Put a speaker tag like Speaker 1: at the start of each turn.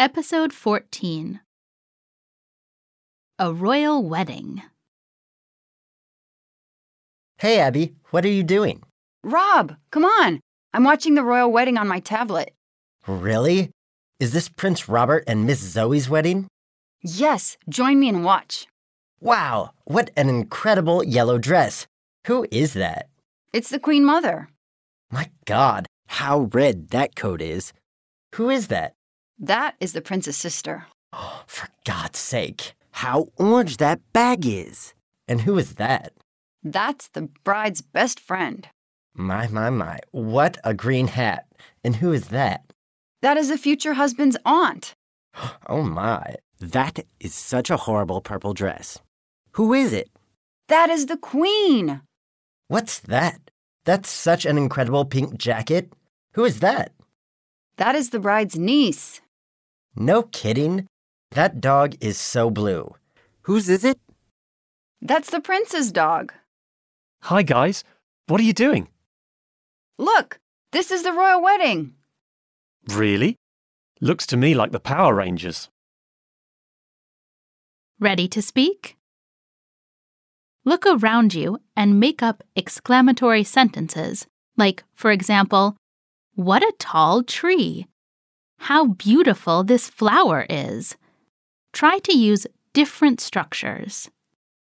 Speaker 1: Episode 14 A Royal Wedding.
Speaker 2: Hey, Abby, what are you doing?
Speaker 3: Rob, come on. I'm watching the royal wedding on my tablet.
Speaker 2: Really? Is this Prince Robert and Miss Zoe's wedding?
Speaker 3: Yes, join me and watch.
Speaker 2: Wow, what an incredible yellow dress. Who is that?
Speaker 3: It's the Queen Mother.
Speaker 2: My God, how red that coat is. Who is that?
Speaker 3: That is the prince's sister.
Speaker 2: For God's sake.
Speaker 4: How orange that bag is.
Speaker 2: And who is that?
Speaker 3: That's the bride's best friend.
Speaker 2: My, my, my. What a green hat. And who is that?
Speaker 3: That is the future husband's aunt.
Speaker 2: Oh, my.
Speaker 4: That is such a horrible purple dress. Who is it?
Speaker 3: That is the Queen.
Speaker 2: What's that? That's such an incredible pink jacket. Who is that?
Speaker 3: That is the bride's niece.
Speaker 2: No kidding. That dog is so blue.
Speaker 4: Whose is it?
Speaker 3: That's the prince's dog.
Speaker 5: Hi, guys. What are you doing?
Speaker 3: Look, this is the royal wedding.
Speaker 5: Really? Looks to me like the Power Rangers.
Speaker 1: Ready to speak? Look around you and make up exclamatory sentences, like, for example, What a tall tree! How beautiful this flower is! Try to use different structures.